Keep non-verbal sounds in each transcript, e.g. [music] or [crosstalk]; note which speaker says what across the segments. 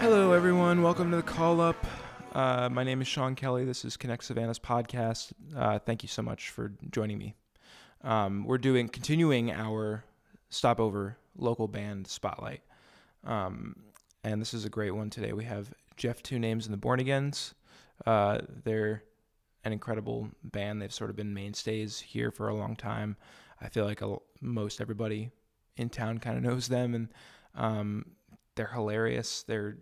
Speaker 1: Hello, everyone. Welcome to the call up. Uh, my name is Sean Kelly. This is Connect Savannah's podcast. Uh, thank you so much for joining me. Um, we're doing continuing our stopover local band spotlight, um, and this is a great one today. We have Jeff Two Names and the Born Agains. Uh, they're an incredible band. They've sort of been mainstays here for a long time. I feel like a, most everybody in town kind of knows them, and um, they're hilarious. They're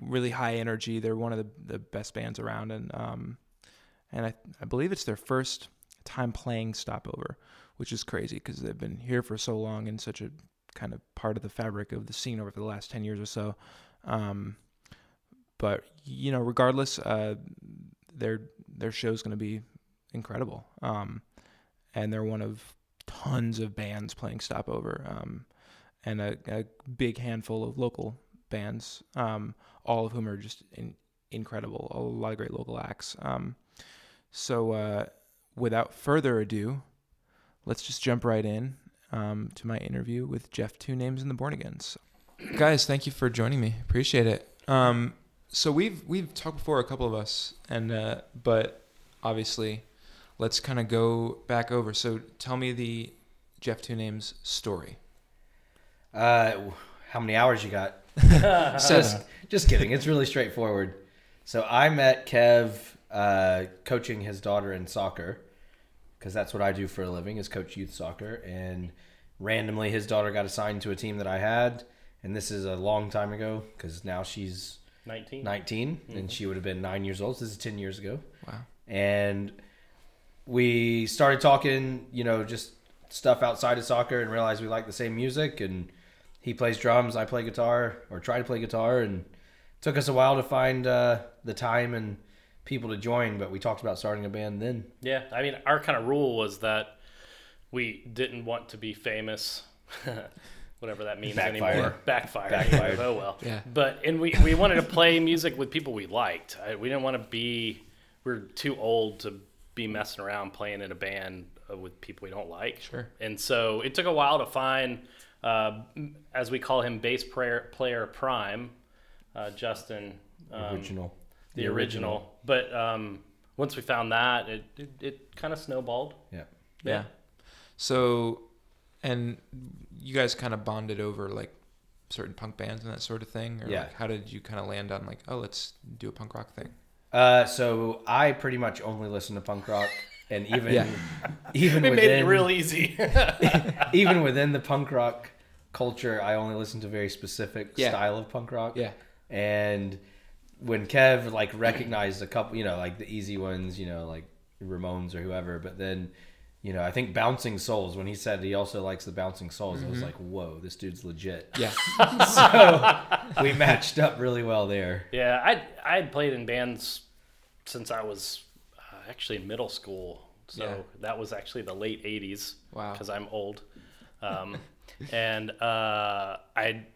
Speaker 1: really high energy. They're one of the, the best bands around, and um, and I, I believe it's their first time playing Stopover, which is crazy because they've been here for so long and such a kind of part of the fabric of the scene over the last ten years or so. Um, but you know, regardless, uh, their their show's going to be incredible, um, and they're one of tons of bands playing Stopover. Um, and a, a big handful of local bands, um, all of whom are just in, incredible. A lot of great local acts. Um, so, uh, without further ado, let's just jump right in um, to my interview with Jeff Two Names and the Born Agains. Guys, thank you for joining me. Appreciate it. Um, so we've we've talked before, a couple of us, and uh, but obviously, let's kind of go back over. So, tell me the Jeff Two Names story.
Speaker 2: Uh, w- how many hours you got?
Speaker 1: Seven.
Speaker 2: Just, just kidding. It's really straightforward. So I met Kev uh, coaching his daughter in soccer because that's what I do for a living is coach youth soccer. And randomly, his daughter got assigned to a team that I had. And this is a long time ago because now she's
Speaker 3: 19.
Speaker 2: 19
Speaker 3: Mm-hmm.
Speaker 2: and she would have been nine years old. So this is 10 years ago.
Speaker 1: Wow.
Speaker 2: and we started talking, you know, just stuff outside of soccer and realized we like the same music and he plays drums, I play guitar or try to play guitar and took us a while to find uh, the time and people to join, but we talked about starting a band then.
Speaker 3: Yeah, I mean, our kind of rule was that we didn't want to be famous, [laughs] whatever that means
Speaker 2: Backfired.
Speaker 3: anymore. Backfired.
Speaker 2: Backfired.
Speaker 3: Oh well.
Speaker 1: Yeah.
Speaker 3: But and we we wanted to play music with people we liked. I, we didn't want to be. We're too old to be messing around playing in a band uh, with people we don't like.
Speaker 1: Sure.
Speaker 3: And so it took a while to find, uh, m- as we call him, bass player player prime, uh, Justin. Um,
Speaker 2: Original.
Speaker 3: the original. But um, once we found that, it it, it kind of [laughs] snowballed.
Speaker 2: Yeah.
Speaker 1: Yeah. So, and you guys kind of bonded over like certain punk bands and that sort of thing. Or
Speaker 2: Yeah.
Speaker 1: Like, how did you kind of land on like, oh, let's do a punk rock thing?
Speaker 2: Uh, so I pretty much only listen to punk rock
Speaker 3: [laughs]
Speaker 2: and even
Speaker 1: Yeah.
Speaker 2: even
Speaker 3: It
Speaker 2: within
Speaker 3: made it real easy. [laughs]
Speaker 2: [laughs] even within the punk rock culture, I only listen to very specific
Speaker 1: Yeah.
Speaker 2: style of punk rock.
Speaker 1: Yeah.
Speaker 2: And when Kev like recognized a couple, you know, like the easy ones, you know, like Ramones or whoever, but then, you know, I think Bouncing Souls. When he said he also likes the Bouncing Souls, I
Speaker 1: Mm-hmm.
Speaker 2: was like, whoa, this dude's legit.
Speaker 1: Yeah. [laughs]
Speaker 2: so we matched up really well there.
Speaker 3: yeah, I I had played in bands since I was uh, actually in middle school. So
Speaker 1: Yeah.
Speaker 3: that was actually the late '80s.
Speaker 1: Wow.
Speaker 3: Because I'm old, um, [laughs] and uh, I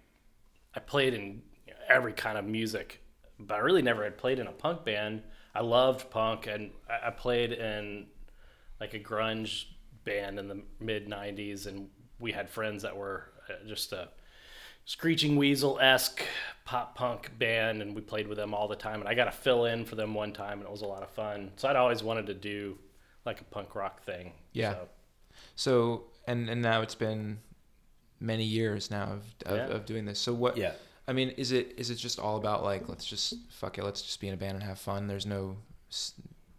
Speaker 3: I played in every kind of music, but I really never had played in a punk band. I loved punk, and I I played in like a grunge band in the mid '90s, and we had friends that were uh, just a screeching weasel esque pop punk band, and we played with them all the time. And I got to fill in for them one time, and it was a lot of fun. So I'd always wanted to do like a punk rock thing.
Speaker 1: Yeah.
Speaker 3: So,
Speaker 1: So, and and now it's been many years now of of,
Speaker 3: Yeah.
Speaker 1: of doing this. So what?
Speaker 2: Yeah.
Speaker 1: I mean, is it is it just all about like let's just fuck it, let's just be in a band and have fun? There's no s-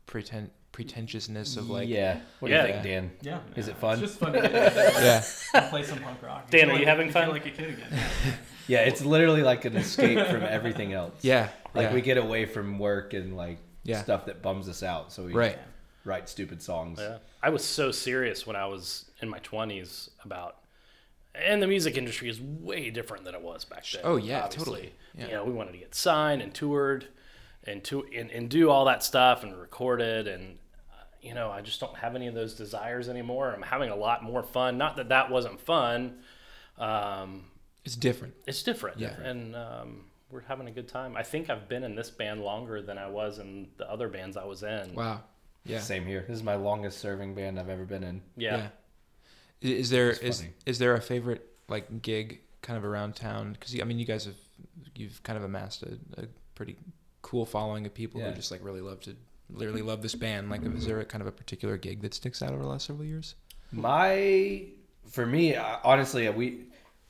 Speaker 1: pretend pretentiousness of like
Speaker 2: yeah. What
Speaker 3: Yeah.
Speaker 2: do you think, Dan?
Speaker 4: Yeah.
Speaker 2: Is it
Speaker 4: yeah,
Speaker 2: fun?
Speaker 4: It's just
Speaker 2: [laughs]
Speaker 4: fun to get
Speaker 1: yeah
Speaker 4: and play some punk rock.
Speaker 3: Dan,
Speaker 4: feel
Speaker 3: are you
Speaker 4: like-
Speaker 3: having fun?
Speaker 4: Feel like a kid again.
Speaker 3: [laughs]
Speaker 2: Yeah, it's literally like an escape from everything else.
Speaker 1: yeah
Speaker 2: Like
Speaker 1: yeah.
Speaker 2: we get away from work and like
Speaker 1: Yeah.
Speaker 2: stuff that bums us out. So we
Speaker 1: right
Speaker 2: write stupid songs.
Speaker 3: yeah. I was so serious when I was in my 20s about. And the music industry is way different than it was back then.
Speaker 1: Oh, yeah,
Speaker 3: obviously.
Speaker 1: totally. Yeah.
Speaker 3: You know, we wanted to get signed and toured, and to and, and do all that stuff and recorded, and uh, you know, I just don't have any of those desires anymore. I'm having a lot more fun. Not that that wasn't fun, um,
Speaker 1: it's different
Speaker 3: it's different.
Speaker 1: Yeah.
Speaker 3: And um, we're having a good time. I think I've been in this band longer than I was in the other bands I was in.
Speaker 1: wow yeah
Speaker 2: Same here. This is my longest serving band I've ever been in.
Speaker 3: Yeah.
Speaker 1: I- Is there
Speaker 2: It's
Speaker 1: is
Speaker 2: funny.
Speaker 1: is there a favorite like gig kind of around town? Because I mean, you guys have you've kind of amassed a, a pretty cool following of people
Speaker 2: Yeah.
Speaker 1: who just like really love to really love this band. Like, is there a kind of a particular gig that sticks out over the last several years?
Speaker 2: My, for me, I- honestly, uh, we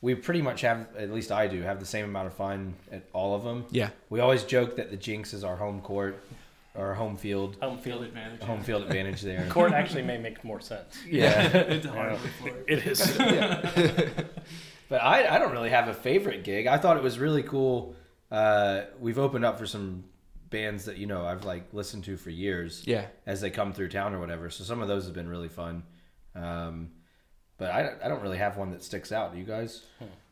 Speaker 2: we pretty much have, at least I do, have the same amount of fun at all of them.
Speaker 1: Yeah,
Speaker 2: We always joke that the Jinx is our home court, our home field,
Speaker 3: Home field
Speaker 4: Field
Speaker 3: advantage.
Speaker 4: advantage. [laughs]
Speaker 2: home field advantage there.
Speaker 3: Court actually may make more sense.
Speaker 2: Yeah.
Speaker 4: it's hard
Speaker 3: Yeah.
Speaker 4: before.
Speaker 3: It is.
Speaker 2: But I, I don't really have a favorite gig. I thought it was really cool. Uh, we've opened up for some bands that you know I've like listened to for years
Speaker 1: yeah,
Speaker 2: as they come through town or whatever. So some of those have been really fun. Um, but I, I don't really have one that sticks out. Do you guys?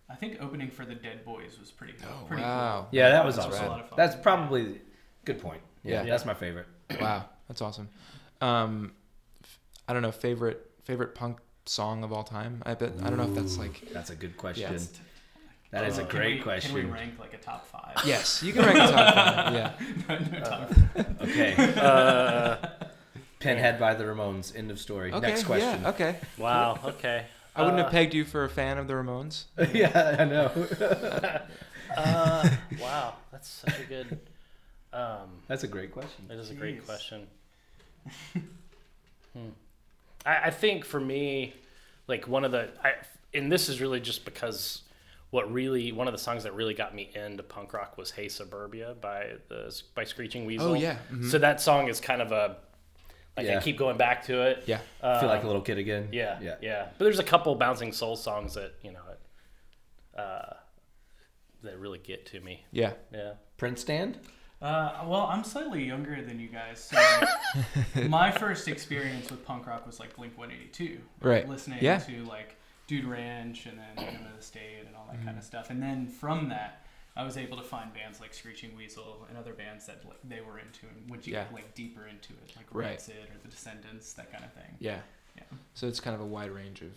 Speaker 4: I think opening for the Dead Boys was pretty cool.
Speaker 1: Oh,
Speaker 4: pretty
Speaker 1: wow.
Speaker 2: Yeah, that was
Speaker 4: That's
Speaker 2: awesome.
Speaker 4: a lot of fun.
Speaker 2: That's probably good point. Yeah,
Speaker 1: Yeah.
Speaker 2: that's my favorite.
Speaker 1: wow, that's awesome. Um, f- I don't know favorite favorite punk song of all time. I bet I don't know if that's like
Speaker 2: That's a good question.
Speaker 1: Yes.
Speaker 2: That is a
Speaker 4: uh, Can
Speaker 2: great
Speaker 4: we-
Speaker 2: question.
Speaker 4: Can we rank like a top five?
Speaker 1: yes, you can rank the top five. Yeah,
Speaker 4: No, no, top [laughs]
Speaker 2: okay.
Speaker 3: Uh,
Speaker 2: Pinhead by the Ramones. End of story.
Speaker 1: okay,
Speaker 2: Next question.
Speaker 1: Yeah, okay,
Speaker 3: wow. Okay.
Speaker 1: I wouldn't
Speaker 3: Uh,
Speaker 1: have pegged you for a fan of the Ramones.
Speaker 2: [laughs] yeah, I know. [laughs]
Speaker 3: Uh, wow, that's such a good. Um,
Speaker 2: That's a great question.
Speaker 3: that is a great
Speaker 4: Jeez.
Speaker 3: question. Hmm. I, I think for me, like one of the, I, and this is really just because what really one of the songs that really got me into punk rock was "Hey Suburbia" by the by Screeching Weasel.
Speaker 1: yeah, mhm.
Speaker 3: So that song is kind of a, like
Speaker 2: Yeah.
Speaker 3: I keep going back to it.
Speaker 1: Yeah.
Speaker 2: I feel
Speaker 3: Um,
Speaker 2: like a little kid again.
Speaker 3: Yeah,
Speaker 2: Uh, Yeah.
Speaker 3: yeah, But there's a couple bouncing soul songs that you know, uh, that really get to me.
Speaker 1: Yeah.
Speaker 3: Yeah.
Speaker 2: Print stand?
Speaker 4: Uh, well, I'm slightly younger than you guys, so
Speaker 1: [laughs]
Speaker 4: my first experience with punk rock was like Blink 182,
Speaker 1: Right.
Speaker 4: Listening
Speaker 1: Yeah.
Speaker 4: to like Dude Ranch and then Enema of the State and all that
Speaker 1: Mm.
Speaker 4: kind of stuff, and then from that, I was able to find bands like Screeching Weasel and other bands that like, they were into, and once you get
Speaker 1: Yeah.
Speaker 4: like deeper into it, like
Speaker 1: Right.
Speaker 4: Rancid or The Descendants, that kind of thing.
Speaker 1: Yeah.
Speaker 4: Yeah.
Speaker 1: So it's kind of a wide range of,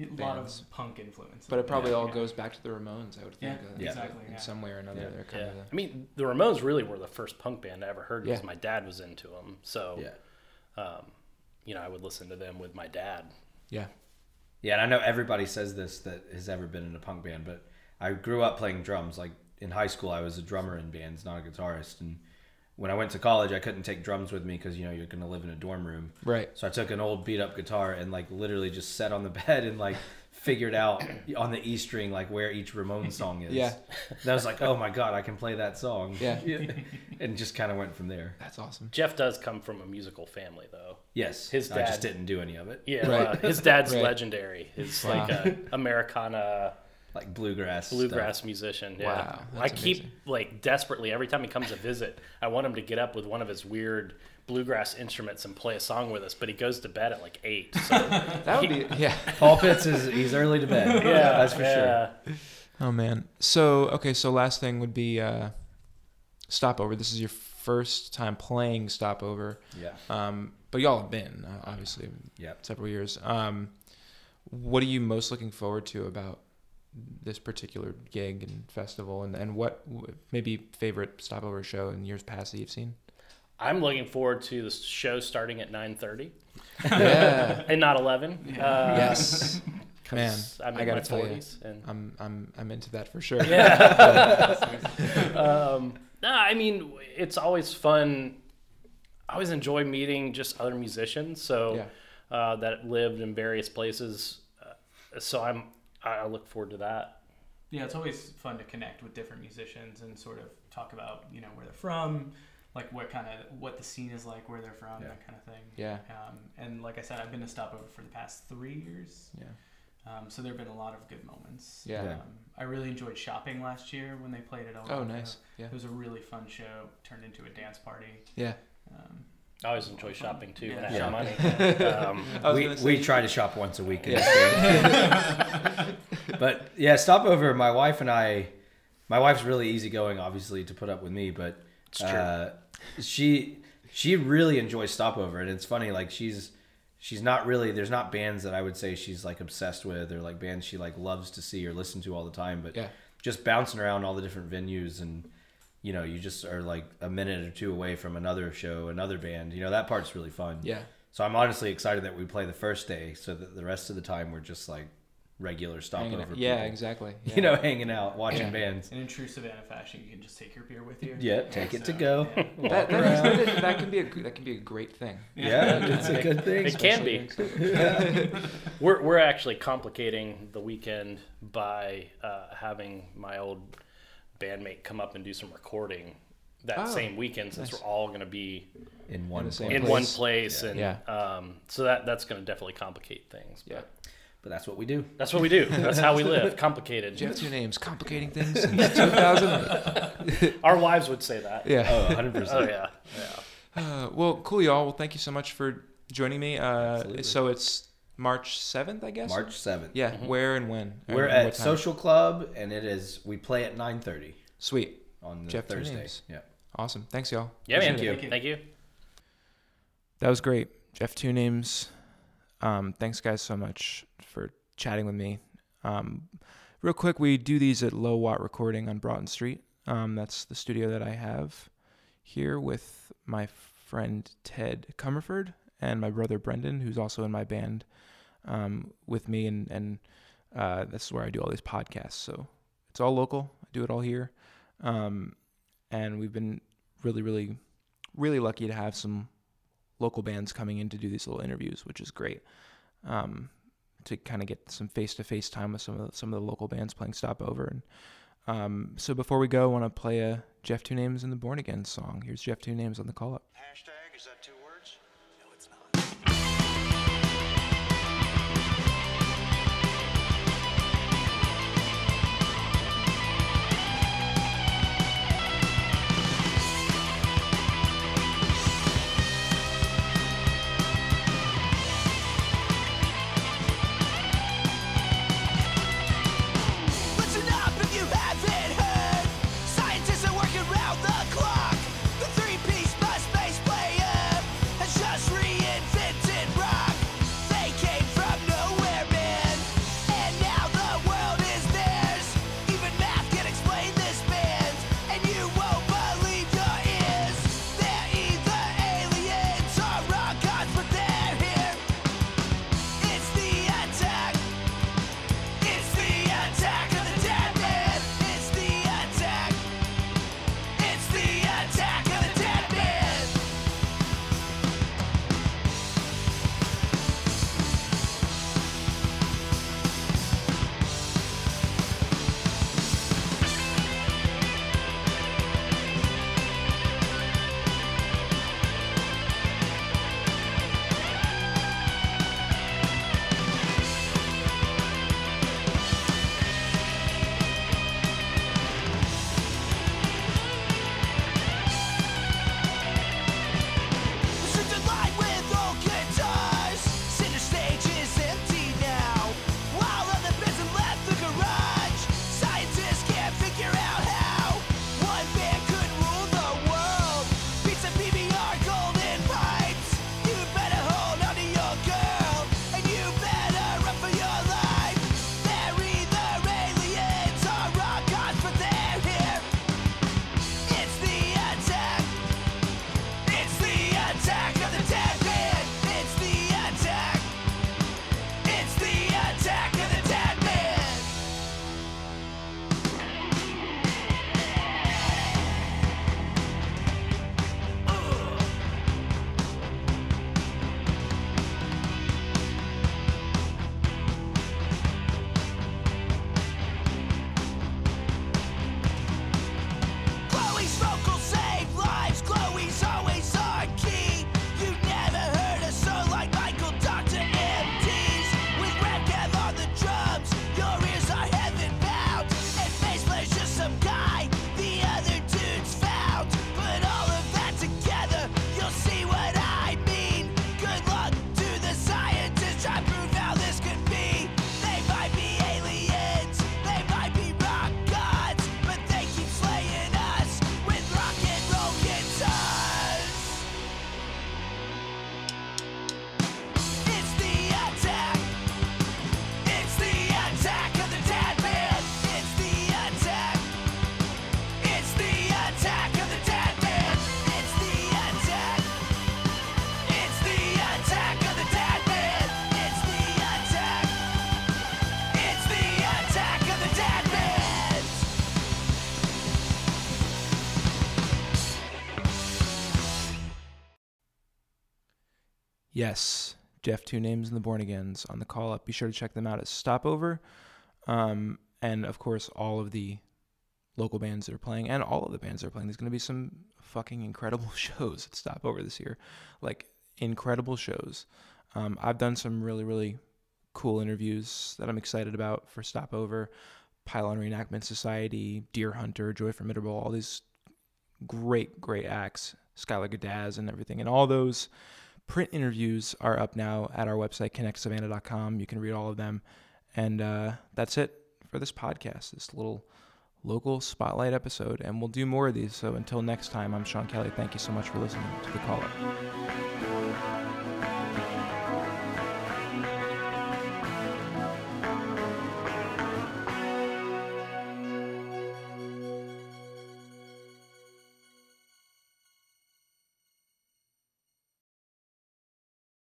Speaker 4: A lot
Speaker 1: Bands.
Speaker 4: of punk influence,
Speaker 1: but it probably
Speaker 4: Yeah.
Speaker 1: all
Speaker 4: Yeah.
Speaker 1: goes back to the Ramones, I would
Speaker 4: Yeah,
Speaker 1: think. uh,
Speaker 4: Yeah. exactly,
Speaker 1: In
Speaker 4: yeah.
Speaker 1: some way or another,
Speaker 2: Yeah.
Speaker 1: they're kind
Speaker 3: Yeah.
Speaker 1: of.
Speaker 3: I mean, the Ramones really were the first punk band I ever heard because
Speaker 1: Yeah.
Speaker 3: my dad was into them. So,
Speaker 2: Yeah.
Speaker 3: um, you know, I would listen to them with my dad.
Speaker 1: Yeah.
Speaker 2: Yeah, and I know everybody says this that has ever been in a punk band, but I grew up playing drums. Like in high school, I was a drummer in bands, not a guitarist. And when I went to college, I couldn't take drums with me because you know you're going to live in a dorm room.
Speaker 1: Right.
Speaker 2: So I took an old beat up guitar and like literally just sat on the [laughs] bed and like figured out on the E string like where each Ramon song is.
Speaker 1: Yeah.
Speaker 2: And I was like, oh my god, I can play that song.
Speaker 1: Yeah.
Speaker 2: [laughs] and just kind of went from there.
Speaker 1: That's
Speaker 4: [laughs]
Speaker 1: awesome.
Speaker 3: Jeff does come from a musical family, though.
Speaker 2: Yes,
Speaker 3: His
Speaker 2: I just
Speaker 3: dad-
Speaker 2: didn't do any of it.
Speaker 3: Yeah,
Speaker 1: Right.
Speaker 3: uh, his
Speaker 1: [laughs]
Speaker 3: dad's
Speaker 1: Right.
Speaker 3: legendary. He's
Speaker 1: Wow.
Speaker 3: like a Americana
Speaker 2: Like bluegrass. stuff.
Speaker 3: bluegrass musician. Yeah.
Speaker 1: Wow,
Speaker 3: I
Speaker 1: that's
Speaker 3: keep
Speaker 1: amazing.
Speaker 3: like desperately every time he comes to visit, I want him to get up with one of his weird bluegrass instruments and play a song with us, but he goes to bed at like eight. So
Speaker 1: That would be. Yeah.
Speaker 2: Paul Pitts is he's early to bed. that's for sure.
Speaker 1: Oh man. So okay. So last thing would be uh, stopover. This is your first time playing stopover,
Speaker 2: Yeah.
Speaker 1: um, but y'all have been uh, obviously
Speaker 2: Yep.
Speaker 1: several years. Um, what are you most looking forward to about this particular gig and festival, and and what w- maybe favorite stopover show in years past that you've
Speaker 4: [laughs]
Speaker 1: seen?
Speaker 3: I'm looking forward to the show starting at 9:30
Speaker 1: yeah.
Speaker 3: and not 11.
Speaker 4: Yeah.
Speaker 3: Uh,
Speaker 1: yes.
Speaker 3: [laughs] 'cause
Speaker 1: Man,
Speaker 3: I'm in
Speaker 1: I gotta
Speaker 3: my
Speaker 1: tell you.
Speaker 3: 40s and
Speaker 1: I'm I'm I'm into that for sure.
Speaker 3: yeah. um, no, I mean it's always fun. I always enjoy meeting just other musicians, so uh, that lived in various places. Uh, so I'm I I look forward to that.
Speaker 4: Yeah, it's always fun to connect with different musicians and sort of talk about you know where they're from, like what kind of what the scene is like, where they're from,
Speaker 2: Yeah.
Speaker 4: that kind of thing.
Speaker 1: Yeah.
Speaker 4: Um, and like I said, I've been to Stopover for the past three years,
Speaker 1: Yeah.
Speaker 4: um, so there have been a lot of good moments.
Speaker 1: Yeah.
Speaker 2: Yeah.
Speaker 4: Um, I really enjoyed shopping last year when they played it.
Speaker 1: Oh, nice. Yeah.
Speaker 4: It was a really fun show. Turned into a dance party.
Speaker 1: Yeah.
Speaker 4: Um,
Speaker 3: I always enjoy shopping too when I
Speaker 2: Yeah.
Speaker 3: have [laughs] money. Um,
Speaker 1: I was
Speaker 2: We,
Speaker 1: gonna say-
Speaker 2: we try to shop once a week. In this thing. [laughs] but yeah, stopover. My wife and I, my wife's really easygoing, obviously, to put up with me, but
Speaker 3: It's true.
Speaker 2: Uh, she she really enjoys stopover, and it's funny. Like she's she's not really there's not bands that I would say she's like obsessed with or like bands she like loves to see or listen to all the time, but
Speaker 1: Yeah.
Speaker 2: just bouncing around all the different venues and you know you just are like a minute or two away from another show another band you know that part's really fun
Speaker 1: Yeah.
Speaker 2: so I'm honestly excited that we play the first day, so that the rest of the time we're just like regular
Speaker 1: Hanging
Speaker 2: stopover.
Speaker 1: out. Yeah,
Speaker 2: people.
Speaker 1: exactly.
Speaker 2: [laughs] You know, hanging out, watching
Speaker 1: Yeah.
Speaker 2: bands.
Speaker 4: And in true Savannah fashion, you can just take your beer with you.
Speaker 2: Yeah, take it to
Speaker 4: So,
Speaker 1: [laughs]
Speaker 2: go.
Speaker 4: yeah.
Speaker 1: know, that, that,
Speaker 2: [laughs]
Speaker 1: is- that is- that can be a g- that can be a great thing.
Speaker 2: Yeah, it's a good thing.
Speaker 3: It can be.
Speaker 1: Especially-
Speaker 3: We're we're actually complicating the weekend by uh, having my old bandmate come up and do some recording that
Speaker 1: Oh,
Speaker 3: same weekend since
Speaker 1: nice.
Speaker 3: we're all going to be
Speaker 2: In one
Speaker 1: the same
Speaker 2: place.
Speaker 3: in
Speaker 1: place.
Speaker 3: one place and
Speaker 1: Yeah.
Speaker 3: um, so that that's going to definitely complicate things.
Speaker 1: Yeah.
Speaker 2: But that's what we do.
Speaker 3: That's what we do. That's how we
Speaker 1: [laughs]
Speaker 3: live. Complicated.
Speaker 1: Do you have two names? Complicating things since [laughs] 2000.
Speaker 3: Our wives would say that.
Speaker 1: Yeah.
Speaker 2: Oh, 100%.
Speaker 3: Oh yeah. Yeah.
Speaker 1: Uh, well, cool, y'all. Well, thank you so much for joining me. Uh,
Speaker 2: Absolutely.
Speaker 1: so it's March 7th, I guess?
Speaker 2: March 7th.
Speaker 1: Yeah,
Speaker 3: Mm-hmm.
Speaker 1: where and when?
Speaker 2: We're
Speaker 1: And what
Speaker 2: at
Speaker 1: time?
Speaker 2: Social Club, and it is, we play at 9.30
Speaker 1: Sweet.
Speaker 2: on the
Speaker 1: Jeff, two
Speaker 2: Thursday.
Speaker 1: names.
Speaker 2: Yeah.
Speaker 1: Awesome. Thanks, y'all.
Speaker 3: Yeah, man.
Speaker 2: Thank you.
Speaker 3: Thank you. Thank you.
Speaker 1: That was great. Jeff Two Names. Um, thanks, guys, so much for chatting with me. Um, real quick, we do these at Low Watt Recording on Broughton Street. Um, that's the studio that I have here with my friend Ted Comerford and my brother Brendan, who's also in my band um, with me. And, and uh, this is where I do all these podcasts. So it's all local. I do it all here. Um, and we've been really, really, really lucky to have some local bands coming in to do these little interviews, which is great. Um, to kind of get some face to face time with some of the, some of the local bands playing stopover. And um, so before we go, I want to play a Jeff Two Names and the Born Again song. Here's Jeff Two Names on the call up.
Speaker 5: Hashtag, is that two words? No, it's not.
Speaker 6: But enough if you haven't heard. Scientists are working round the clock. The three-piece must bass player
Speaker 1: Yes, Jeff Two Names and the Born Agains on the call up. Be sure to check them out at Stopover. Um, and of course, all of the local bands that are playing and all of the bands that are playing. There's going to be some fucking incredible [laughs] shows at Stopover this year. Like, incredible shows. Um, I've done some really, really cool interviews that I'm excited about for Stopover, Pylon Reenactment Society, Deer Hunter, Joy Formidable, all these great, great acts, Skylar Gadaz and everything. And all those print interviews are up now at our website, connectsavannah.com. You can read all of them. And uh, that's it for this podcast, this little local spotlight episode. And we'll do more of these. So until next time, I'm Sean Kelly. Thank you so much for listening to The Call Up.